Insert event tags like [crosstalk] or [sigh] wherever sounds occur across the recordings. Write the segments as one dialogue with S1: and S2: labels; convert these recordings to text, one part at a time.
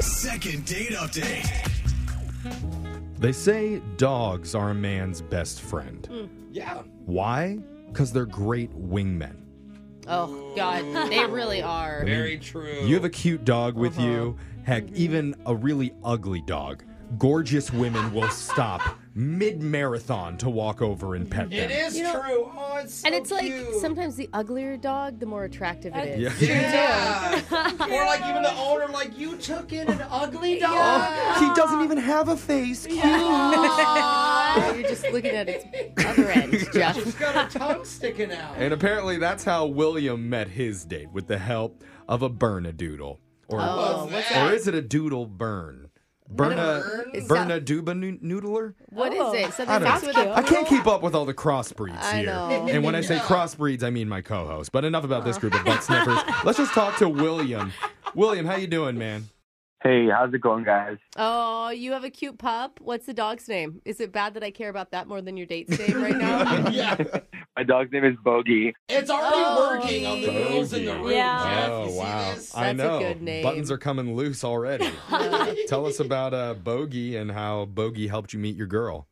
S1: Second date update.
S2: They say dogs are a man's best friend.
S3: Hmm.
S4: Yeah.
S2: Why? Because they're great wingmen.
S3: Oh God, they really are.
S4: Very true.
S2: You have a cute dog with
S3: Uh-huh.
S2: you. Heck, even a really ugly dog. Gorgeous women
S3: [laughs]
S2: will stop mid marathon to walk over and pet
S4: It
S2: them.
S4: is
S3: You know-
S4: true. Oh, it's so
S3: and it's like
S4: cute.
S3: sometimes the uglier dog, the more attractive it is.
S2: Yeah.
S4: Yeah. or like even the owner, like you took in an ugly dog.
S2: [laughs] He doesn't even have a face. Cute.
S3: Aw, You're just looking at its other end,
S4: She's
S3: Jeff.
S4: got her tongue sticking out.
S2: [laughs] And apparently that's how William met his date with the help of a Bernadoodle. Or,
S3: Oh, what's
S2: or is it a doodle burn? Berna,
S4: It's
S2: Berna Duba noodler?
S3: What is it?
S2: Oh, I
S3: Something
S2: don't
S3: that's
S2: know.
S3: with a
S2: I can't keep up with all the crossbreeds
S3: I
S2: here.
S3: know.
S2: And when I
S3: [laughs]
S2: say crossbreeds, I mean my co-host. But enough about this group of butt sniffers. Let's just talk to William. William, how you doing, man?
S5: Hey, how's it going, guys?
S3: Oh, you have a cute pup. What's the dog's name? Is it bad that I care about that more than your date's name
S4: [laughs]
S3: right now?
S4: yeah.
S5: My dog's name is Bogey.
S4: It's already
S3: Oh,
S4: working on the
S3: yeah.
S4: rules in the room.
S6: Yeah.
S4: Jeff. You see this?
S2: Oh, I
S3: That's a
S2: know.
S3: good name.
S2: Buttons are coming loose
S3: [laughs]
S2: already. Tell us about uh, Bogey and how Bogey helped you meet your girl.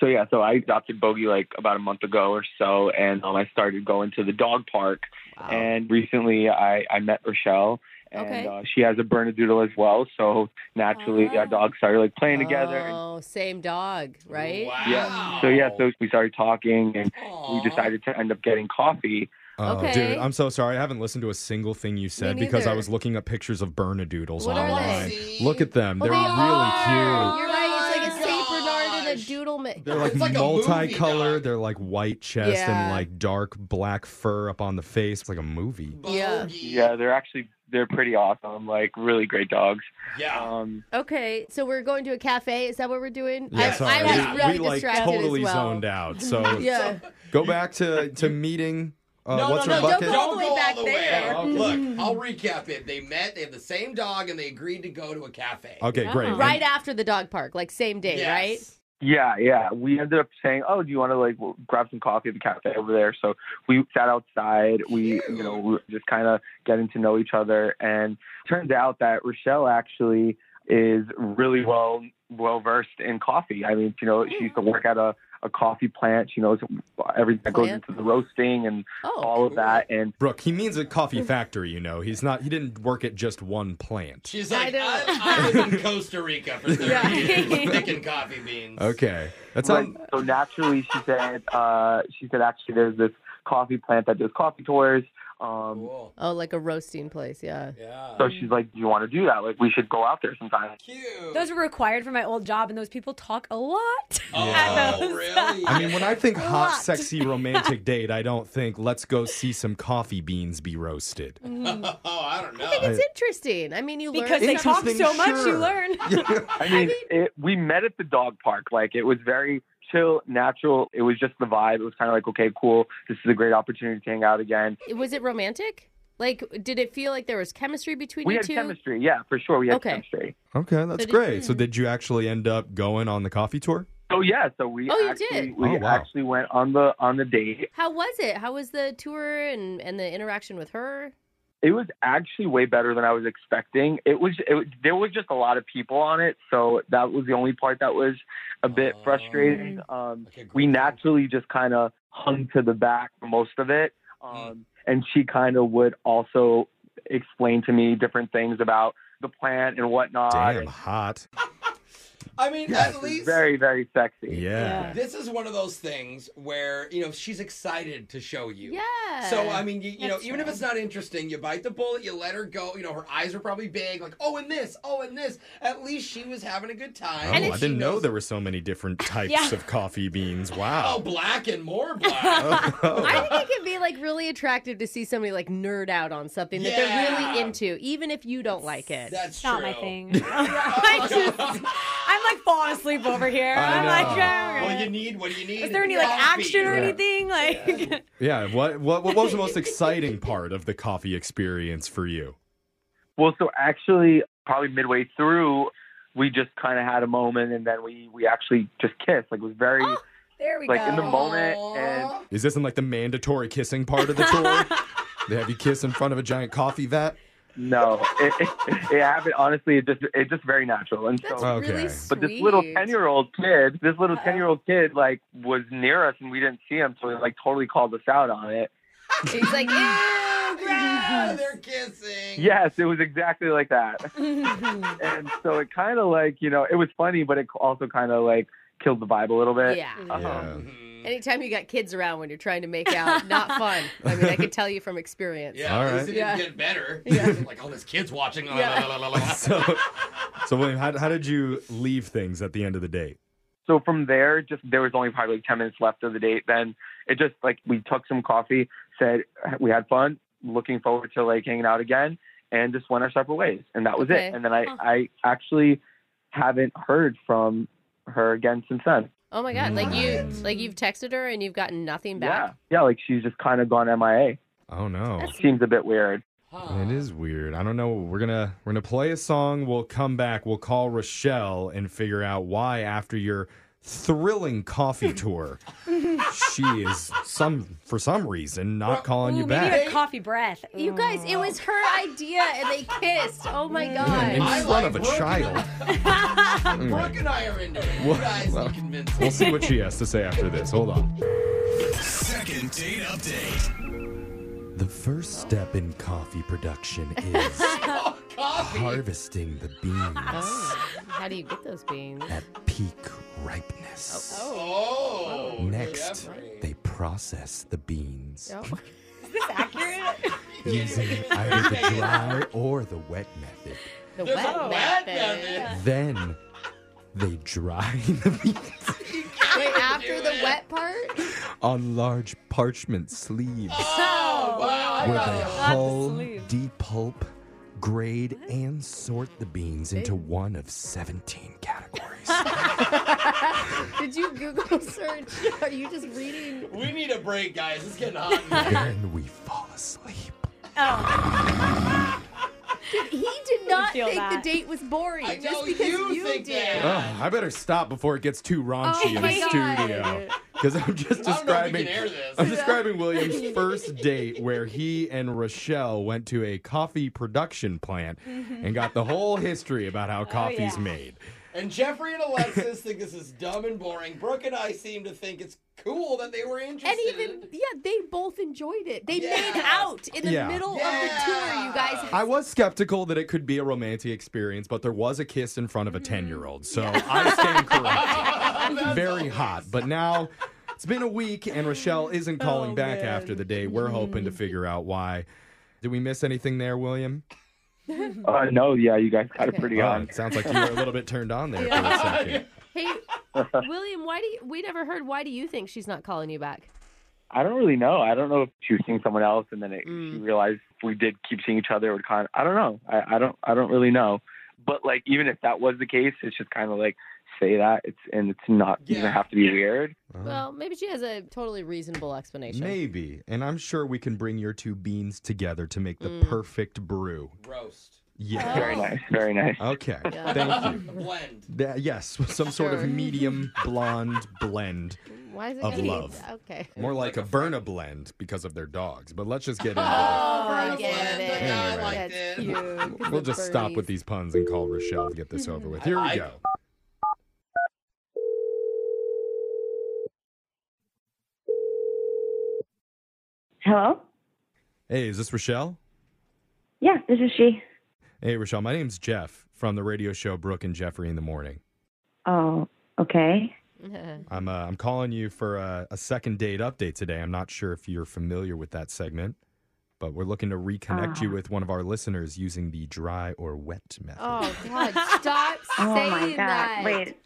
S5: So yeah, so I adopted Bogey like about a month ago or so, and um, I started going to the dog park.
S3: wow.
S5: And recently, I I met Rochelle, and
S3: Okay.
S5: uh, she has a Bernedoodle as well. So naturally,
S6: Ah.
S5: our dogs started like playing together. And,
S3: Oh, same dog, right?
S4: Wow.
S3: Oh.
S5: yeah. So yeah, so we started talking, and
S4: Aw.
S5: we decided to end up getting coffee.
S2: Oh,
S3: Okay.
S2: dude, I'm so sorry. I haven't listened to a single thing you said
S3: Me
S2: because I
S3: neither.
S2: was looking up pictures of Bernadoodles
S3: What are
S2: online.
S4: they?
S2: Look at them.
S3: Well,
S2: They're
S3: they
S2: really
S3: are.
S2: cute.
S3: You're right. It's like a Saint
S4: Oh my
S3: Bernard and a
S4: gosh.
S3: doodle. Ma-
S2: They're like,
S4: It's like a movie
S2: multicolored.
S4: dog.
S2: They're like white chest and
S3: Yeah.
S2: like dark black fur up on the face. It's like a movie.
S3: Yeah.
S4: Bogey.
S5: Yeah, they're actually they're pretty awesome. Like really great dogs.
S4: Yeah.
S5: Um,
S3: Okay, so we're going to a cafe. Is that what we're doing?
S2: Yeah,
S3: I,
S2: sorry.
S3: I was
S4: Yeah.
S3: really
S2: we like
S3: distracted
S2: totally
S3: as well.
S2: zoned out. So
S3: [laughs] Yeah.
S2: go back to to meeting. Uh,
S4: no,
S2: what's
S4: no,
S2: her
S4: no,
S2: bucket?
S4: Don't go all the way back
S2: there. Okay.
S4: Look, I'll recap it. They met, they have the same dog, and they agreed to go to a cafe.
S2: Okay, great.
S6: Wow.
S3: Uh-huh. Right after the dog park, like same day,
S4: Yes.
S3: right?
S5: Yeah, yeah. We ended up saying, "Oh, do you want to like w- grab some coffee at the cafe over there?" So we sat outside. We, you know, we were just kind of getting to know each other, and turns out that Rochelle actually is really well well versed in coffee. I mean, you know, she used to work at a a coffee plant. She knows everything that goes
S3: Plant?
S5: into the roasting and
S3: Oh,
S5: all of that. And
S2: Brooke, he means a coffee factory, you know. He's not he didn't work at just one plant.
S4: She's
S3: I
S4: like,
S3: know.
S6: [laughs]
S4: I, I was in Costa Rica for 30
S3: Yeah.
S4: years, picking coffee beans.
S2: Okay. That's
S5: Right.
S2: how
S5: So naturally, she said, uh, she said, actually, there's this coffee plant that does coffee tours. Um,
S4: Cool.
S3: oh, like a roasting place, yeah.
S4: Yeah.
S5: So she's like, "Do you want to do that? Like, we should go out there sometime."
S4: Cute.
S6: Those were required for my old job, and those people talk a lot. [laughs]
S4: oh,
S6: at those.
S4: really?
S2: I
S4: [laughs]
S2: mean, when I think hot,
S6: Lot.
S2: sexy, romantic date, I don't think let's go see some coffee beans be roasted.
S3: Mm.
S4: oh, I don't know.
S3: It's interesting. I mean, you learn
S6: Because they talk
S2: Interesting,
S6: so much,
S2: sure.
S6: you learn.
S5: I mean, it, we met at the dog park. Like, it was very chill, natural. It was just the vibe. It was kind of like, okay, cool. This is a great opportunity to hang out again.
S3: Was it romantic? Like, did it feel like there was chemistry between
S5: We
S3: you
S5: had
S3: two?
S5: chemistry. Yeah, for sure. We had
S3: Okay.
S5: chemistry.
S2: Okay, that's
S3: did-
S2: great. So did you actually end up going on the coffee tour?
S5: So yeah, so we
S3: Oh, you
S5: actually
S3: did?
S5: we
S2: Oh, wow.
S5: actually went on the on the date.
S3: How was it? How was the tour and, and the interaction with her?
S5: It was actually way better than I was expecting. It was it, was- there was just a lot of people on it, so that was the only part that was a bit
S4: Oh.
S5: frustrating. Um,
S4: Okay, great.
S5: we naturally just kind of hung to the back for most of it.
S2: Hmm.
S5: Um, and she kind of would also explain to me different things about the plant and whatnot.
S2: Damn,
S5: And
S2: hot.
S4: I mean,
S5: it
S4: at
S5: was
S4: least
S5: very, very sexy.
S2: Yeah.
S4: this is one of those things where you know she's excited to show you.
S3: Yeah.
S4: So I mean, you, you know,
S6: That's
S4: even if
S6: true.
S4: it's not interesting, you bite the bullet, you let her go. You know, her eyes are probably big, like oh, and this, oh, and this. At least she was having a good time.
S2: Oh, I
S3: if
S2: didn't know there were so many different types
S6: Yeah.
S2: of coffee beans.
S4: Oh,
S2: Wow.
S4: black and
S6: [laughs]
S4: more black.
S3: I think it can be like really attractive to see somebody like nerd out on something that they're
S4: Yeah.
S3: really into, even if you don't like it.
S4: That's
S6: It's
S4: true.
S6: not
S4: [laughs]
S6: my thing. [laughs] I just, I'm like falling asleep over here.
S2: I
S6: I'm
S2: know.
S6: like,
S4: What do you
S6: yeah.
S4: need? What do you need?
S6: is there any like
S4: Coffee.
S6: action or
S2: Yeah.
S6: anything? Like,
S2: [laughs] Yeah. What, what what was the most exciting part of the coffee experience for you?
S5: Well, so actually, probably midway through, we just kind of had a moment and then we, we actually just kissed. Like, it was very,
S6: Oh, there we
S5: like,
S6: go.
S5: in the moment.
S4: Aw.
S5: And
S2: Is this in like the mandatory kissing part of the tour? they have you kiss in front of a giant coffee vat?
S5: No, it, it, it happened. Honestly, it just it's just very natural. And so,
S3: That's
S2: Okay.
S3: really
S2: But
S3: sweet.
S5: but this little ten year old kid, this little ten year old kid, like was near us and we didn't see him, so he like totally called us out on it.
S3: He's
S5: [laughs]
S3: like, "Eh."
S4: Oh, yeah, they're kissing.
S5: Yes, it was exactly
S3: [laughs]
S5: like that. and so it kind of like you know it was funny, but it also kind of like killed the vibe a little bit.
S3: yeah.
S2: Yeah.
S3: Mm.
S4: Mm-hmm.
S3: Anytime you got kids around when you're trying to make out,
S4: [laughs]
S3: not fun. I mean, I can tell you from experience.
S4: Yeah,
S2: All
S4: at
S2: right.
S4: least it didn't
S3: Yeah.
S4: get better. [laughs] like, all this kid's watching. la,
S3: Yeah.
S4: la,
S2: [laughs]
S4: la, la, la, la.
S2: So, so William, how, how did you leave things at the end of the date?
S5: So from there, just there was only probably like ten minutes left of the date. Then it just like we took some coffee, said we had fun, looking forward to like hanging out again, and just went our separate ways. And that was
S3: Okay.
S5: it. And then I
S3: Huh.
S5: I actually haven't heard from her again since then.
S3: Oh my god! Like you, like you've texted her and you've gotten nothing back.
S5: Yeah, yeah, like she's just kind of gone MIA.
S2: Oh no.
S5: Seems a bit weird.
S4: Huh.
S2: It is weird. I don't know. We're gonna we're gonna play a song. We'll come back. We'll call Rochelle and figure out why after your thrilling coffee tour, she is some for some reason not calling you
S6: [laughs] Ooh, maybe
S2: back
S6: a coffee breath. E,
S3: You guys, it was her idea, and they kissed. Oh
S4: Mm.
S3: my god!
S2: in
S4: I
S2: front of a
S4: like working
S2: child.
S4: [laughs] Brooke and I are into it. You guys need convincing.
S2: We'll see what she has to say after this. Hold on.
S1: Second date update.
S2: The first step in coffee production is
S4: Oh, coffee.
S2: harvesting the beans
S3: Oh, how do you get those beans?
S2: at peak ripeness.
S3: oh.
S4: Oh.
S2: Next,
S4: Jeffrey.
S2: they process the beans
S3: Oh.
S6: accurate.
S2: using either the dry or the wet method.
S3: The
S4: There's
S3: wet,
S4: a wet
S3: method. [laughs]
S4: method.
S2: Then they dry [laughs] the beans
S3: Wait, after the wet part?
S2: on large parchment sleeves
S4: Oh, wow. I
S2: where
S4: got
S2: they
S4: it.
S2: hull,
S6: sleeve.
S2: depulp, grade, and sort the beans into one of 17 categories.
S3: Did you Google [laughs] search? Are you just reading?
S4: We need a break, guys. It's getting hot. in
S6: [laughs]
S4: here.
S2: then we fall asleep.
S6: oh,
S3: He did not
S6: feel
S3: think
S6: that.
S3: the date was boring
S4: I know
S3: just because
S4: you
S3: you,
S4: think
S3: did.
S4: that.
S2: I better stop before it gets too raunchy
S3: Oh
S2: in
S3: my
S2: the
S3: God.
S2: studio. Because I'm just
S4: I don't know if we
S2: describing.
S4: can air this.
S2: I'm describing
S3: [laughs]
S2: William's first date where he and Rochelle went to a coffee production plant
S3: Mm-hmm.
S2: and got the whole history about
S3: Oh,
S2: how coffee's
S6: yeah.
S2: made.
S4: And Jeffrey and Alexis think this is dumb and boring. Brooke and I seem to think it's cool that they were interested. [laughs]
S3: And even yeah, they both enjoyed it. They
S4: Yeah.
S3: made out in the
S2: Yeah.
S3: middle
S4: Yeah.
S3: of the tour, you guys.
S2: I was skeptical that it could be a romantic experience, but there was a kiss in front of
S3: Mm-hmm.
S2: a 10 year old, so I
S3: [laughs]
S2: stand corrected.
S4: That's
S2: Very
S4: all.
S2: hot, but now. It's been a week, and Rochelle isn't
S3: Oh,
S2: calling back after the date. We're hoping
S3: Mm-hmm.
S2: to figure out why. Did we miss anything there, William?
S3: Mm-hmm.
S5: Uh, no, yeah, you guys got it pretty
S2: Oh,
S5: on.
S2: it sounds like you were a little bit turned on
S3: [laughs]
S2: there for a second.
S3: Hey, [laughs] William, why do you, we never heard? Why do you think she's not calling you back?
S5: I don't really know. I don't know if she was seeing someone else, and then it,
S3: Mm.
S5: she realized if we did keep seeing each other. It would kind of, I don't know. I, I don't. I don't really know. But like, even if that was the case, it's just kind of like say that. It's and it's not
S4: Yeah.
S5: even have to be weird.
S3: Well, maybe she has a totally reasonable explanation.
S2: Maybe. And I'm sure we can bring your two beans together to make the
S3: Mm.
S2: perfect brew.
S4: Roast.
S2: Yeah.
S5: Very
S3: Oh.
S5: nice. Very nice.
S2: Okay.
S3: Yeah.
S2: Thank you.
S4: Blend.
S2: That- yes, [laughs] some sort of
S3: Sure. [laughs]
S2: medium blonde blend.
S3: Why is it
S2: Of
S3: gotta be-
S2: love.
S3: [laughs] Okay.
S2: More like a Verna blend because of their dogs. But let's just get into
S3: Oh, I
S4: Verna
S3: get
S4: blend.
S3: it.
S4: Yeah, I
S2: Anyway.
S4: liked
S3: That's
S4: it.
S3: cute. 'cause
S2: it. [laughs] We'll
S3: the
S2: just stop
S3: birdies.
S2: with these puns and call Rochelle to get this over with. Here we
S4: like
S2: go.
S7: Hello?
S2: Hey, is this Rochelle?
S7: Yes, this is she.
S2: Hey, Rochelle, my name's Jeff from the radio show Brooke and Jeffrey in the Morning.
S7: Oh, okay.
S2: I'm, uh, I'm calling you for a, a second date update today. I'm not sure if you're familiar with that segment, but we're looking to reconnect you with one of our listeners using the dry or wet method.
S3: [laughs] oh God! [laughs] Stop
S7: Oh
S3: saying
S7: my god.
S3: that.
S7: Wait.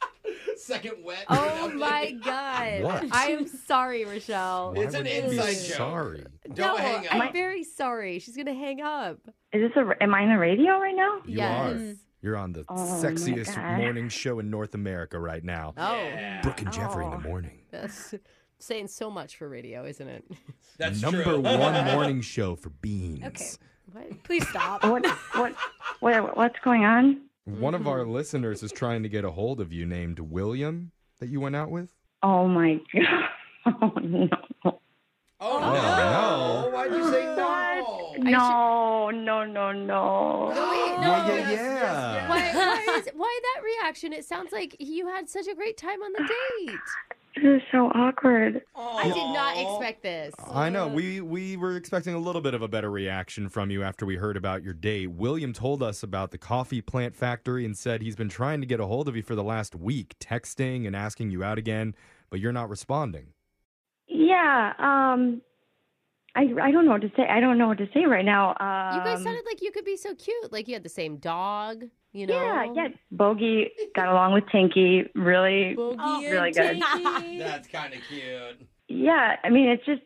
S4: Second wet.
S3: Oh my God!
S2: What?
S3: I am sorry, Rochelle.
S2: Why
S4: It's an
S2: would you be
S4: inside joke.
S2: Sorry.
S4: Don't
S3: no,
S4: hang up.
S3: I'm very sorry. She's gonna hang up.
S7: Is this a am I on the radio right now?
S2: You
S3: yes.
S2: are. You're on the
S7: Oh, my
S2: sexiest
S7: God.
S2: morning show in North America right now.
S3: Oh,
S4: Yeah.
S2: Brooke and Jeffrey in the
S7: Oh.
S2: morning.
S3: that's [laughs] saying so much for radio, isn't it?
S4: That's
S2: Number
S4: [laughs] true.
S2: one morning show for beans.
S6: Okay.
S3: [laughs] What?
S6: Please stop.
S7: What what what what's going on?
S2: One of our listeners is trying to get a hold of you named William that you went out with.
S7: Oh my [laughs] god. Oh no.
S4: Oh,
S2: no.
S4: no. Why'd you say no? No.
S7: No, no, no, no.
S3: Wait, no.
S2: yeah, yeah, yeah.
S3: Why, why, is, why that reaction? It sounds like you had such a great time on the date.
S7: This is so awkward.
S3: I did not expect this.
S2: I know. We we were expecting a little bit of a better reaction from you after we heard about your date. William told us about the coffee plant factory and said he's been trying to get a hold of you for the last week, texting and asking you out again, but you're not responding.
S7: Yeah. Um, I I don't know what to say. I don't know what to say right now. Um,
S3: You guys sounded like you could be so cute. Like you had the same dog, you know?
S7: Yeah, yeah. Bogey got along with Tinky. Really.
S3: Bogey
S6: [laughs] Oh,
S3: and
S7: [laughs] really good.
S3: Tinky.
S4: That's kind of cute.
S7: Yeah. I mean, it's just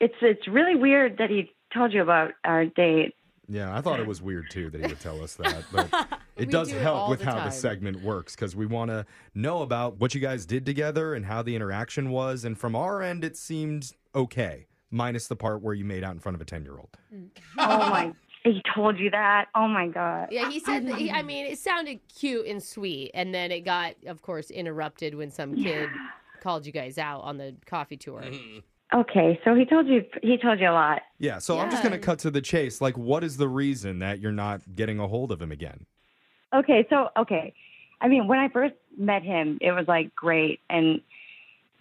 S7: it's it's really weird that he told you about our date.
S3: [laughs]
S2: Yeah, I thought it was weird too that he would tell us [laughs] that, but it
S3: We
S2: does
S3: do it
S2: help
S3: all
S2: with
S3: the
S2: how the
S3: time.
S2: segment works because we want to know about what you guys did together and how the interaction was. And from our end, it seemed okay, minus the part where you made out in front of a ten-year-old.
S7: Oh my. He told you that. Oh my god.
S3: Yeah, he said. That he, [laughs] I mean, it sounded cute and sweet, and then it got, of course, interrupted when some kid called you guys out on the coffee tour.
S7: Okay, so he told you he told you a lot.
S2: Yeah, so I'm just going to
S3: Yeah.
S2: cut to the chase. Like, what is the reason that you're not getting a hold of him again?
S7: Okay, so okay. I mean, when I first met him, it was like great and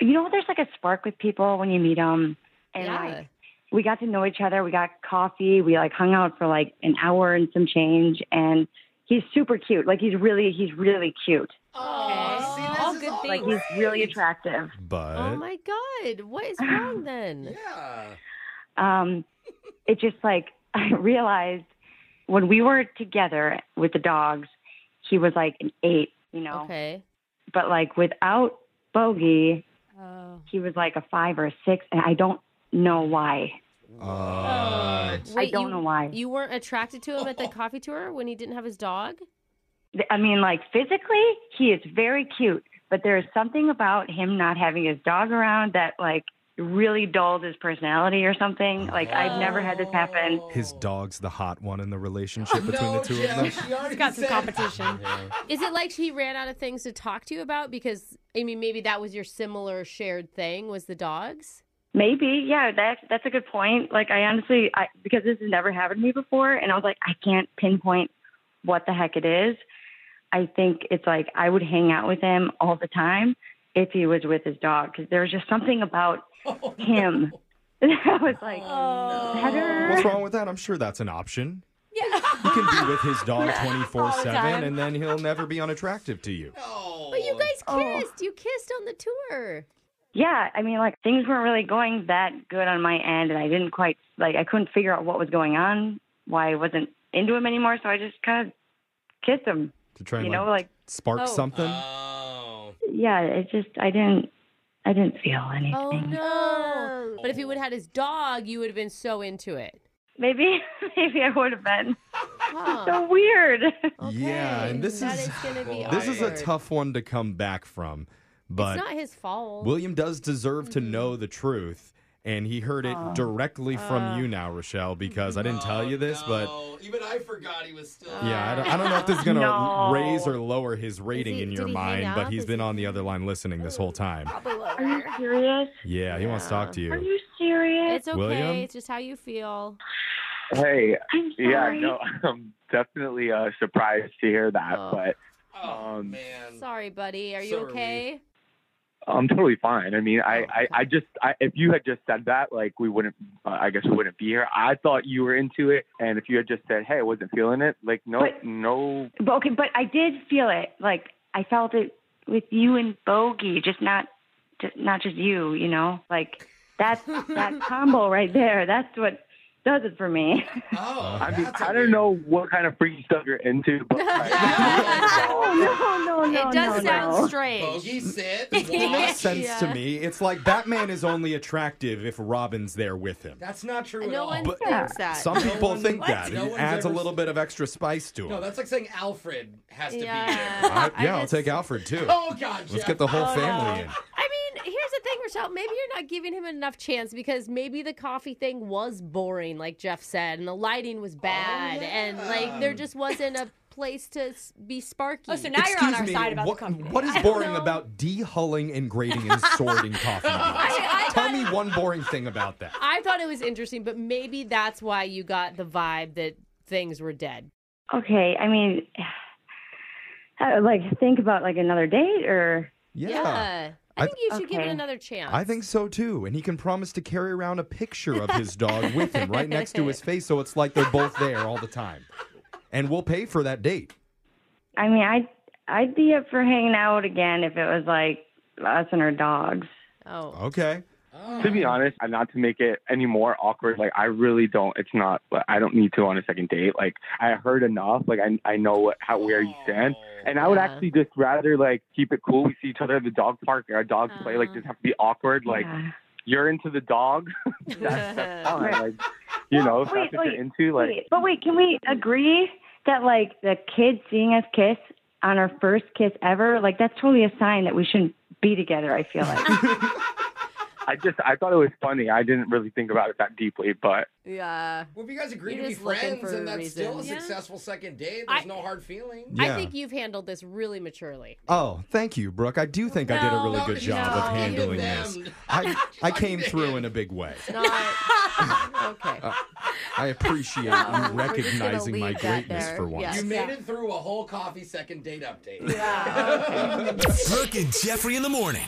S7: you know there's like a spark with people when you meet them and
S3: yeah.
S7: like we got to know each other, we got coffee, we like hung out for like an hour and some change and he's super cute. Like he's really he's really cute.
S4: Oh, see, this
S3: All
S4: is
S3: good
S4: all
S3: things.
S7: Like he's really attractive.
S2: But
S3: oh my god, what is [sighs] wrong then?
S4: Yeah.
S7: um, it just like [laughs] I realized when we were together with the dogs, he was like an eight, you know.
S3: Okay.
S7: But like without Bogey,
S3: Oh.
S7: he was like a five or a six, and I don't know why.
S2: Uh,
S3: Wait,
S7: I don't
S3: you-
S7: know why.
S3: You weren't attracted to him at the coffee tour when he didn't have his dog?
S7: I mean, like physically, he is very cute, but there is something about him not having his dog around that like really dulled his personality or something. Like I've never had this happen.
S2: his dog's the hot one in the relationship
S3: [laughs]
S2: between
S4: no,
S2: the two of
S4: Jeff,
S2: them.
S4: She already
S6: got some
S4: said-
S6: competition.
S3: Is it like he ran out of things to talk to you about? Because I mean, maybe that was your similar shared thing was the dogs.
S7: Maybe, yeah. That that's a good point. Like, I honestly, I, because this has never happened to me before, and I was like, I can't pinpoint what the heck it is. I think it's like I would hang out with him all the time if he was with his dog, because there was just something about him [laughs] that was like better.
S2: What's wrong with that? I'm sure that's an option. Yeah. He can be with his
S3: [laughs]
S2: dog 24 7 and then he'll never be unattractive to you.
S4: Oh.
S3: But you guys
S7: Oh.
S3: kissed. You kissed on the tour.
S7: Yeah, I mean, like things weren't really going that good on my end, and I didn't quite like I couldn't figure out what was going on, why I wasn't into him anymore. So I just kind of kissed him,
S2: To try and
S7: you
S2: like,
S7: know, like
S2: spark
S3: Oh.
S2: something.
S4: Oh.
S7: yeah, it just I didn't I didn't feel anything.
S3: Oh no! But if he would have had his dog, you would have been so into it.
S7: Maybe [laughs] maybe I would have been.
S3: Huh.
S7: So weird.
S2: Yeah, and this
S3: That
S2: is- [laughs]
S3: gonna be
S2: This is a
S3: awkward.
S2: tough one to come back from,
S3: It's
S2: but
S3: not Mm. his fault.
S2: William does deserve to know the truth. And he heard it directly
S3: Uh.
S2: from you now, Rochelle, because I didn't tell
S3: Oh,
S2: you this, but
S4: No, even I forgot he was still.
S2: Yeah, I don't, I don't know if this is going to
S7: No.
S2: raise or lower his rating
S3: he-
S2: in
S3: did
S2: your
S3: he hang
S2: mind, but
S3: up?
S2: he's
S3: Is
S2: been
S3: he- Oh.
S2: on the other line listening this whole time.
S7: Are you serious?
S2: Yeah, he wants to talk to
S7: Are
S2: you.
S7: you serious?
S3: it's okay.
S2: William?
S3: It's just how you feel.
S5: Hey,
S7: I'm
S5: yeah,
S7: sorry.
S5: no, [laughs] I'm definitely uh, surprised to hear that,
S3: Oh.
S5: but
S4: Oh
S5: Um,
S4: man.
S3: Sorry, buddy. Are you
S4: So are we.
S3: okay?
S5: I'm totally fine. I mean, I,
S3: Oh,
S5: I, I just, I, if you had just said that, like, we wouldn't, uh, I guess we wouldn't be here. I thought you were into it, and if you had just said, hey, I wasn't feeling it, like, no,
S7: But-
S5: no,
S7: But, okay, but I did feel it. Like I felt it with you and Bogey, just not just not just you, you know? Like that's [laughs] that combo right there. That's what does it for me.
S2: Uh,
S4: Oh.
S5: I mean,
S4: that's a
S5: I
S4: weird- [laughs]
S5: don't know what kind of freaky stuff you're into,
S3: [laughs]
S5: but like,
S7: Oh no, [laughs] no, no.
S3: it does
S7: no,
S3: sound
S7: no.
S3: strange.
S4: Bogey
S3: [laughs]
S4: sit.
S2: It makes
S4: walk.
S2: sense to
S3: Yeah.
S2: me. It's like Batman is only attractive if Robin's there with him.
S4: That's not true at
S3: No
S4: all.
S3: one
S2: But-
S3: thinks that.
S2: Some people
S4: one-
S2: think
S4: what?
S2: that.
S4: No
S2: it
S4: one's
S2: adds a
S4: ever
S2: little
S4: s-
S2: bit of extra spice to him.
S4: no, that's like saying Alfred has to be
S3: yeah.
S4: there.
S2: I- yeah,
S3: I
S2: I'll
S3: just-
S2: take Alfred too.
S4: Oh God,
S2: Let's
S4: Jeff.
S2: get the whole family in.
S3: I mean, here's the thing, Rochelle. Maybe you're not giving him enough chance because maybe the coffee
S2: Oh,
S3: thing was boring, like Jeff said, and the lighting was bad, and like there just wasn't a place to s- be sparky.
S6: Oh, so now you're on
S2: Excuse
S6: our
S2: me,
S6: side about
S2: what,
S6: the company.
S2: what is
S6: I-
S2: boring
S3: know.
S2: about dehulling and grading and sorting coffee beans?
S3: I, I
S2: Tell
S3: thought,
S2: me one boring thing about that.
S3: I thought it was interesting, but maybe that's why you got the vibe that things were dead.
S7: Okay, I mean, [sighs] uh, like think about like another date or
S2: Yeah.
S3: I
S2: I-
S3: think you should give it
S7: Okay.
S3: another chance.
S2: I think so too. And he can promise to carry around a picture of his dog with him right next to his face so it's like they're both there all the time. And we'll pay for that date.
S7: I mean, I'd I'd be up for hanging out again if it was like us and our dogs.
S3: Oh,
S2: Okay.
S5: To be honest, and not to make it any more awkward, like I really don't. It's not. Like, I don't need to on a second date. Like I heard enough. Like I I know what how where you stand, and I would
S3: Yeah.
S5: actually just rather like keep it cool. We see each other at the dog park. Our dogs play. Like
S3: Uh-huh.
S5: doesn't have to be awkward. Like
S7: Yeah.
S5: you're into the dog. [laughs] that's, that's fine. Like you know, if
S7: Wait,
S5: that's what
S7: wait,
S5: you're into. Like
S7: Wait, but wait, can we agree that like the kids seeing us kiss on our first kiss ever, like that's totally a sign that we shouldn't be together. I feel like.
S5: I just I thought it was funny. I didn't really think about it that deeply, but
S6: Yeah.
S4: Well, if you guys agree
S3: You're
S4: to be
S3: just looking
S4: friends
S3: for
S4: and that's still a
S3: reasons. Yeah.
S4: successful second date,
S3: I-
S4: there's no hard feelings.
S3: I
S2: Yeah.
S3: think you've handled this really maturely.
S2: Oh, thank you, Brooke. I do think I did a
S6: No,
S2: really
S4: no,
S2: good job
S6: no,
S2: of
S6: you
S2: handling
S3: [laughs]
S2: this.
S4: damned.
S2: I, I came through in a big way. Uh,
S3: Not okay.
S2: I
S3: [laughs]
S2: appreciate
S3: we're
S2: you
S3: just gonna
S2: recognizing my
S3: leave that
S2: greatness
S3: there.
S2: for once.
S4: You
S3: Yeah.
S4: made it through a whole coffee second date update. [laughs]
S1: Brooke and Jeffrey in the morning.